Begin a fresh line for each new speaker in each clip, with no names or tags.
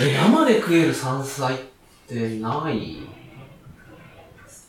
え、生で食える山菜ってない。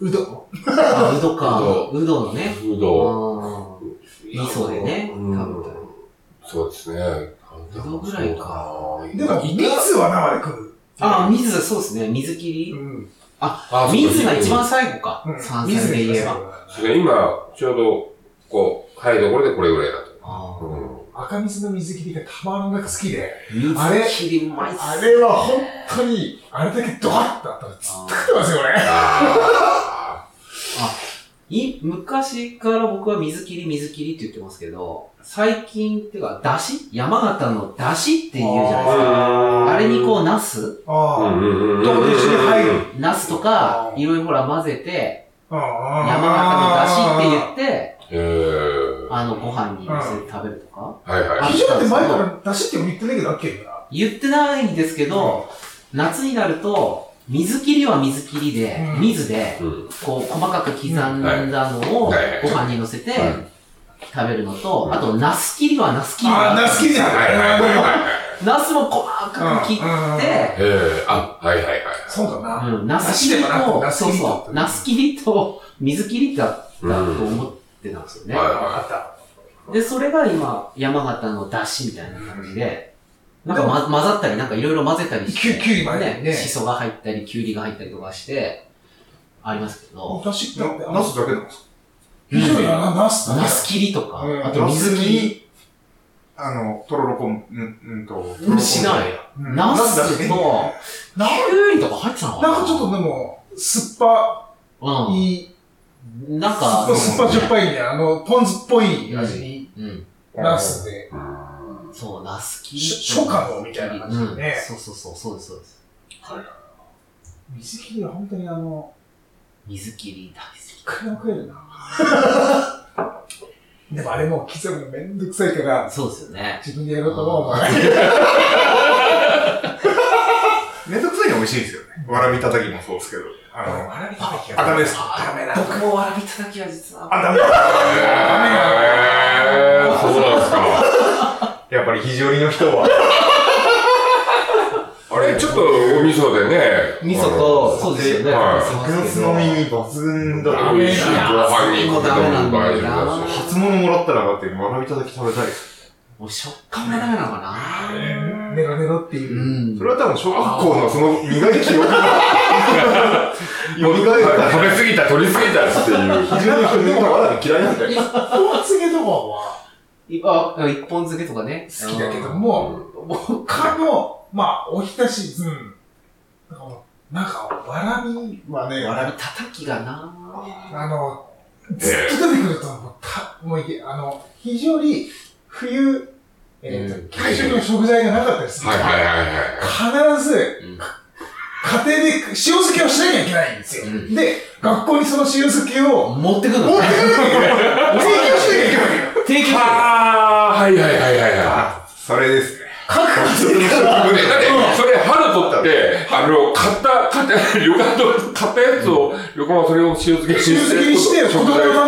うど
あ、うどか
う。
うどのね。
う
あ
どん。
ー味噌でね
うん
食べた
そうですね。
うどんぐらいか
そう
でも、蜜は生で食う。
あ、水、そうですね。水切
う
り。
ん。
あ
水が一番最後か
う。ん
山菜で言えば。。
そうですね今、ちょうど、こう、はい、どころでこれぐらいだと。
あー
う
赤水の水切りがたまらなく好きで、あれ
水切りうまいっす。
あれは本当に、あれだけドワッとあったらずっと食ってますよ、俺。
あ
い昔から僕は水切り水切りって言ってますけど、最近っていうか、だし山形のだしって言うじゃないですか。
ー
あれにこう、ナス
う
あ
んうんうんうんうん。
と一緒に入る
ナスとか
あ、ー
いろいろほら混ぜて、
あ。
山形のだしって言って、
へー
あの、ご飯に乗せて食べるとか。
はいはい。
あ
ひじって前から出しって言ってないけど、あっけんな。
言ってないんですけど、夏になると、水切りは水切りで
う、ん
水で、
うん。
こう、細かく刻んだのを
うんはい
ご飯に乗せて
はい
食べるの
う
と、
ん
あと、ナス切りはナス切り
ああ、
で
ナス切りじゃん。
はいはいはいはい。
ナスも細かく切って、
へえ、あ、はいはいはい。
そうだな。
うん、ナス切り
ナスではなく
と、
ナス
そう
切りだった
そう、ナス切りと水切りだったと思ってたんですよね。
はい
あった。
で、それが今、山形の出汁みたいな感じで、なんか、ま、混ざったり、なんかいろいろ混ぜたり
きゅ
して、
きゅうりまでね。
しそが入ったり、きゅうりが入ったりとかして、ありますけど、
出しって、
ナスだけなんですか
ひじな、ナスだ
ナス切りとか、
うん
あと水切り、
に、あの、とろろ昆布、うん、うんと。
うんしない。
うん。
ナ
ナ
ス
スだ
と、
け
き
な
ゅうりとか入ってたのかな
なんかちょっとでも、酸っぱ
と、
い、
うん。なん
酸っ
か
ぱ、酸っぱじょっぱいみたいな、あの、ポン酢っぽい味に、
うん。
ナスで、
うん
そう、ナス切りと。
初夏のみたいな感じでね。
うん。そうそうそう、そうです、そうです。
水切りは本当にあの、
水切り大好
一回も食えるな。 でもあれもう刻むのめんどくさいから
き。、そうですよね。
自分でやろうと思う、お前。
めんどくさいの美味しいですよね。わらび叩きもそうですけど。あの、
わらびたき
あダメです
ダメだ。
僕もわらびただきは実は。
あ、ダメだ。
へーそうなんですか。
やっぱり肘折りの人は。
あれ、ちょっとお味噌でね。
味噌と、そうですよね。
は
グンスの
い
耳抜群だ
い。
と
美
美
味
味
し
し
い
い。
ご飯にかけても大丈夫だし。
初物もらったらだって、わらびたたき食べたいです。
もう食感がダメなのかな
ネロネロって
う
いう。
ん
そ。れは多分小学校のその苦い記憶が、
食べ
蘇った
過ぎた、取り過ぎたっていう。
肘折りの人みんなわらび嫌いなんだよ。
おつげとかは
いあ、一本漬けとかね。
好きだけども、他の、まあ、おひたし、うん。なんかもうなんか、わらびは
うん。わら
ね、
びたたきがな
あの、ずっと出てくると、もう、た、もうい、あの、非常に、冬、えっ、
う
と
ん、
給食の食材がなかったりする。
はいはいはいはい。
必ず、
うん
家庭で塩漬けをしなきゃいけないんですよ。
うん
で、学校にその塩漬けを、
持ってくの
持ってくる提供しなきゃいけないんだよ。
提供
あー、はいはいはいはいは
あ、それですね。
い。ね、だ って、それ、春取って、あの、買った、買った、旅館の買ったやつを、旅館はそれを塩漬けにして。
塩漬けにして、子供のた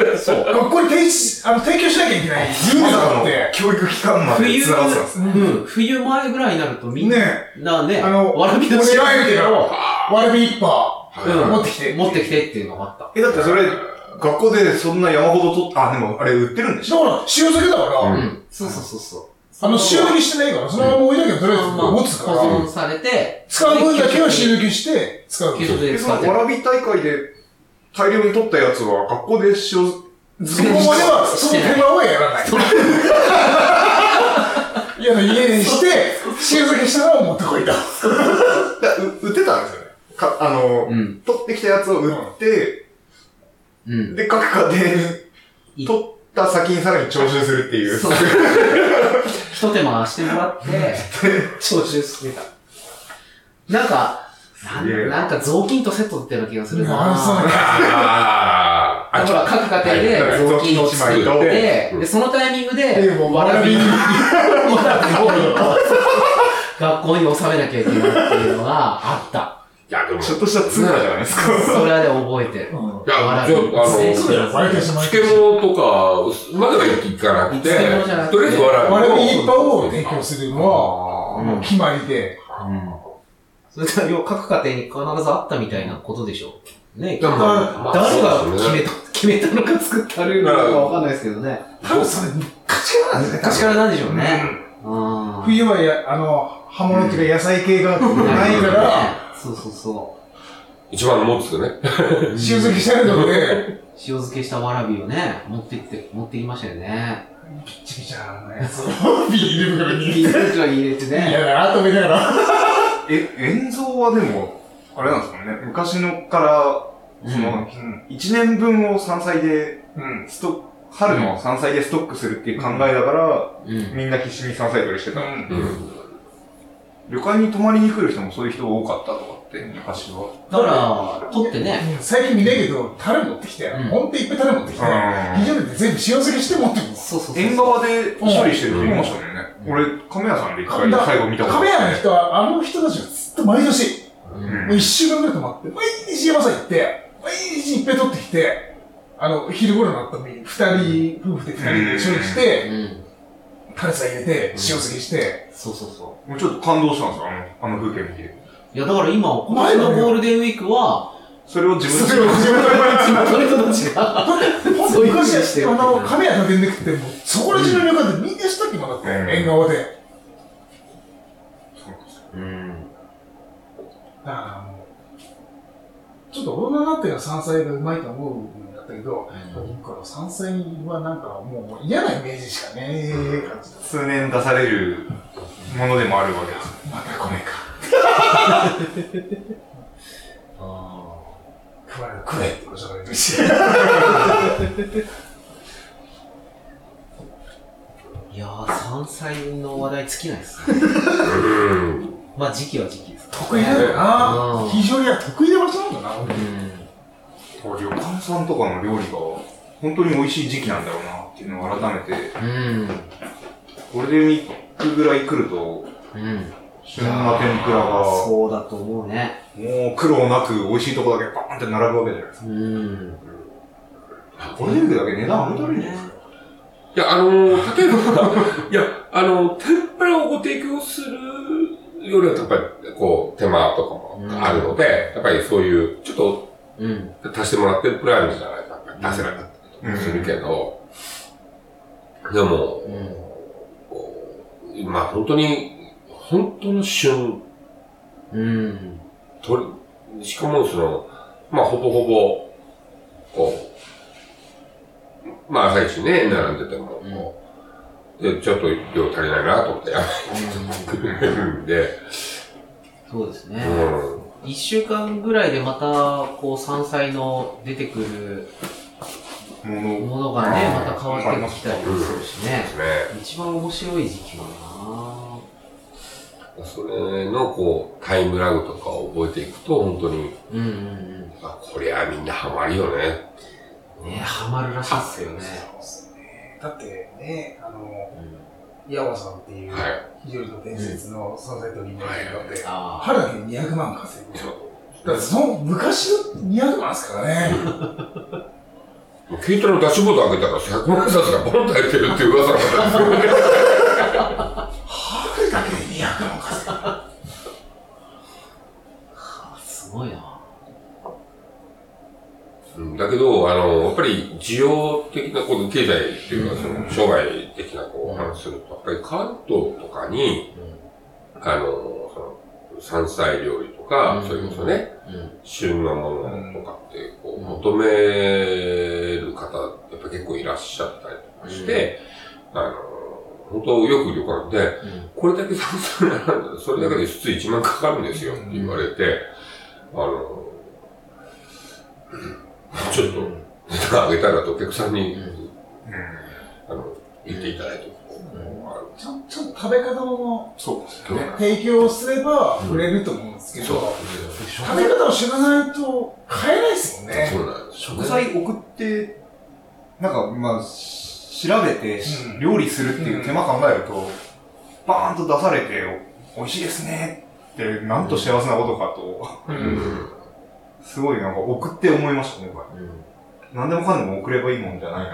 めに、
そう。
学校に提出、あの、提供しなきゃいけない。
まさか
だ
の
って。
教育機関まで
冬
繋がってたんですね。
うん。冬前ぐらいになるとみん
ね
なね、
あの、
わらびの
お
塩
願いだ
漬
け
け
ど、
を
わらび一杯
うん
持ってきて。
持ってきてっていうのがあった。
え、だってそれ、学校でそんな山ほど取っあ、でもあれ売ってるんでし
だ
ょ
から、塩漬けだから、
うん
うん。そうそうそうそう。
あの、塩漬けしてないから、そのまま置いとけばとりあえず
まあ
持つか
保
ら、
存されて、
使う分だけは塩漬けして、使う。
給食
で、
で
そ
使っ
の
てる。
わらび大会で大量に取ったやつは学校で塩
そこ
漬け
ま
に
で
して
は、その手間はやらない。いや、家にして、塩漬けしたのを持ってこいと。
だう売ってたんですよね。か、あの、
うん。
取ってきたやつを売って、
うん。
で、各家庭に
い
取った先にさらに徴収するっていう。
そう。ひと手間してもらって、徴収してた。なんか、な
すげえ
んなんか雑巾とセットだったような気がする
なるほど
な。
あー、
だから各家庭で雑巾を作
はい
っ
はい
て、で、そのタイミングで
で、もう
わらびに、
わらび
わらびを一個 学校に収めなきゃいけないっていうのがあった。
いや、でも、
ちょっとしたツーラじゃないですか。
それはでも覚えてる。
うん。
いや、
笑
じゃあ、
う
あ
全然
の、
毎年毎
漬
年。
物とか、までは行かなくて、
漬物じゃなくて
とりあえず笑う。
我々一般を提供するのは、もう決まりで。
うん。それが要は各家庭に必ずあったみたいなことでしょう。ね
だからまあ
誰が
そうで
決
す
め
ね
た、決めたのか作ったルールなのかわかんないですけどね。
多分それ、昔からなんですね。
昔からなんでしょうね。うん。
冬はや、あの、刃物っていうか野菜系がないから、
そうそうそ
一番のもんですよね。
う。
塩漬けしてあるので、
塩漬けしたわらびをね、持ってきて、持ってきましたよね。
ピッチピチャーなやつをビール袋に。
ビール袋に入れて
い
ね。
やだなと思いながら。
え、演奏はでも、あれなんですかね。昔のから、その、
うん。
1年分を山菜で、
うん。
スト春の山菜でストックするっていう考えだから、
うん。
みんな必死に山菜採りしてた。
うん
うん。
旅館に泊まりに来る人もそういう人が多かったとかって、昔は。
だから、取ってね。
最近見ないけど、タレ持ってきたよ
うん。
ほんといっぱいタレ持ってきたよ。非常に全部塩漬けして持ってくる。
そうそうそう。
縁側で処理してる人いましたもんね。
うん
俺、亀屋さんで一回最後見たこと
カメラの人は、あの人たちがずっと毎年、
うん。
もう一週間ぐらい泊まって、毎日山さ行って、毎日いっぱい取ってきて、あの、昼頃になったのに、二人、夫婦で二人で処理して、
うん。
タレさ入れて、塩漬けして、
そうそうそう。
もうちょっと感動したんですよ、あの、あの風景見て。
いや、だから今、今年のゴールデンウィークは、
それを自分
それを自分で
誰とたちが、そういうふうにして
昔、
る
あの、カメラ立てなくて、もう、そこら中の旅館でみんなしたっけもだって、
うん
縁側で。だか
うん。
らもう、ちょっと大人になってから山菜がうまいと思うようになったけど、僕から山菜はなんかもう嫌なイメージしかねえ感じだ。
数年出されるものでもあるわけです。
またこれか。食われる、食えっておっしゃられるし。
いやー、山菜の話題尽きないですね。
うん。
まあ、時期は時期ですから。
得意なんだ
うん
な。非常には得意な場所なんだな、
う
俺
ん。
旅館さんとかの料理が本当に美味しい時期なんだろうなっていうのを改めて、
うん。
ゴールデンウィークぐらい来ると、
うん。
旬な天ぷらが、も
そうだと思うね。
う苦労なく美味しいとこだけバーンって並ぶわけじゃないです
うん。
か。ゴールデンウィークだけ値段上げたらいいんじゃないですか。
いや、あの、例えば、いや、あの、天ぷらをご提供するよりは、やっぱり、こう、手間とかもあるので、やっぱりそういう、ちょっと、
うん。
足してもらってるプライムじゃないとやっぱり出せなかったりとかするけど、でも、
うん
こうまあ本当に、本当の旬、
うん。
とり、しかもその、まあほぼほぼ、こう、まあ朝一ね、並んでても、こうで、ちょっと量足りないなと思ってやめるんで、
そうです
う
ね。
ん。
一週間ぐらいでまた、こう、山菜の出てくる
もの
ものがね、
あ
ま
ー
た変わってきたりもするしね
で。すね。
一番面白い時期かな
それの、こう、タイムラグとかを覚えていくと、本当に、
うんうん
あ、こりゃみんなハマるよね。
うん。ねハマるらしいっすよね。
そうっすねだってね、あの、
うん
ヤオさんっていう、
はい。
非常に伝説の山菜取りになって、
あ
春だけで200万稼ぐ。だ
そう
からその昔の200万ですからね。
もう軽トラのダッシュボード開けたら100万円札がボンと入ってるっていう噂があったんですよ。
春だけで200万稼ぐ。
あ、すごいな。
うんだけど、あの、やっぱり需要的な、この経済っていうか、その、商売的なこう、お話しすると、やっぱり関東とかに、あの、その、山菜料理とか、
うん
それこそね、
うん。
旬のものとかって、こ
う
う、
ん
求める方、やっぱ結構いらっしゃったりとかして、あの、本当よく旅館で、
うん。
これだけ山菜並んだら、それだけで普通1万かかるんですよって言われて、あの、ちょっと値段上げたらとお客さんに、
うん
うん。
あの、言っていただいて、
ちゃんちゃんと食べ方の
そうです
うん
ね。
提供をすれば売れると思うんですけど、
そう
食べ方を知らないと買えないですもんね。
そうなんですよね
食材送って、なんか、まあ、し調べて、
うん
料理するっていう手間考えると、バーンと出されて、美味しいですねって、なんと幸せなことかと、
う。
うんん。
すごいなんか送って思いましたね、これ。何でもかんでも送ればいいもんじゃない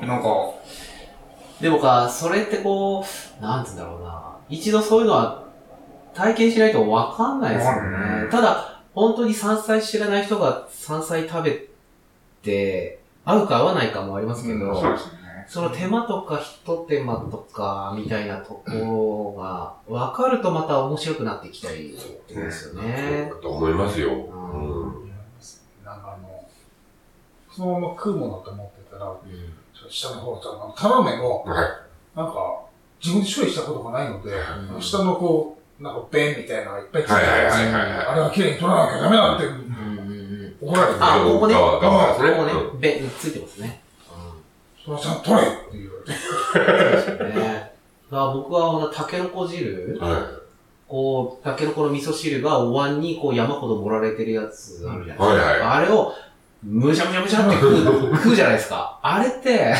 な。なんか、
でもか、それってこう、なんつうんだろうな。一度そういうのは体験しないとわかんないですよ
わかんない
ね。ただ、本当に山菜知らない人が山菜食べて、合うか合わないかもありますけど、
そうですね。
その手間とかひと手間とかみたいなところが分かるとまた面白くなってきたりってことですよね。
と思いますよ。う
うん
ん。
なんかあの、そのまま食うものだと思ってたら、ちょっと下の方、ちょっと頼めも、
は
なんか、自分で処理したことがないので、
うん
下のこう、なんか、弁みたいなのがいっぱいつい
い。
てる
はいはい
やつ
はいはいはい。
あれは綺麗に取らなきゃダメだって
うんうんうん
怒られて、
あ、ここね。
側側ですね
ここね。べ、ついてますね。
そのちゃんと取れって言われて。
うん。ねだから僕は、ほら、タケノコ汁
は
こう、タケノコの味噌汁がお椀にこう山ほど盛られてるやつあるじゃないですか。
はいはい
あれを、むしゃむしゃむしゃって食う、食うじゃないですか。あれって、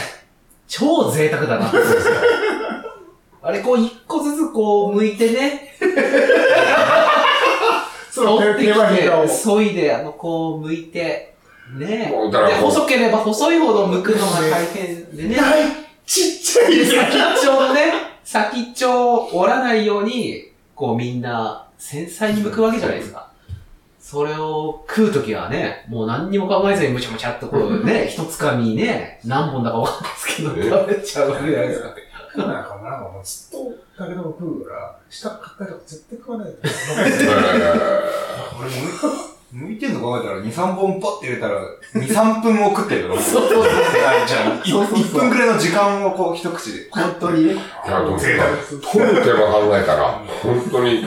超贅沢だなって思うんですよ。あれこう一個ずつこう剥いてね、
その
取ってき
手羽中を
て、。そいで、あの、こう剥いて、ね
もうだから
で、細ければ細いほど剥くのが大変でね。
大ちっちゃい
で、先っちょのね、先っちょを折らないように、こうみんな繊細に向くわけじゃないですか。それを食うときはね、もう何にも考えずにむちゃむちゃっとこうね、一つかみね、何本だかわかんないですけど、
え
食べちゃうわけじゃないですか。
なんかもうなんかもうずっとだけど食うから、下買ったりとか絶対食わないで。
いはいはい。
俺向い、向 いてんの考えたら、2、3本パッて入れたら、2、3分も食ってるから。
そうそうそう
はい、じゃあ、
そうそうそう
1分くらいの時間をこう、一口で。
本当にね。
いや、でも、
贅沢す
取る手間考えたら、本当に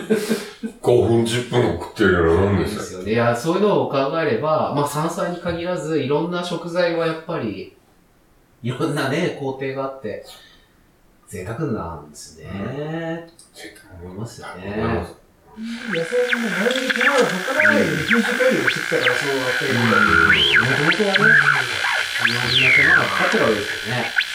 5分、10分を食ってるようなもん
で
ですよ。
すよね。いや、そういうのを考えれば、まあ山菜に限らず、いろんな食材はやっぱり、いろんなね、工程があって、贅沢なんですね。思いますよね。
野菜も毎日手間がかからないように品種改良してきたからそうやってるんだけど。
もともとはね、いろんな手間がかかってるわけですよね。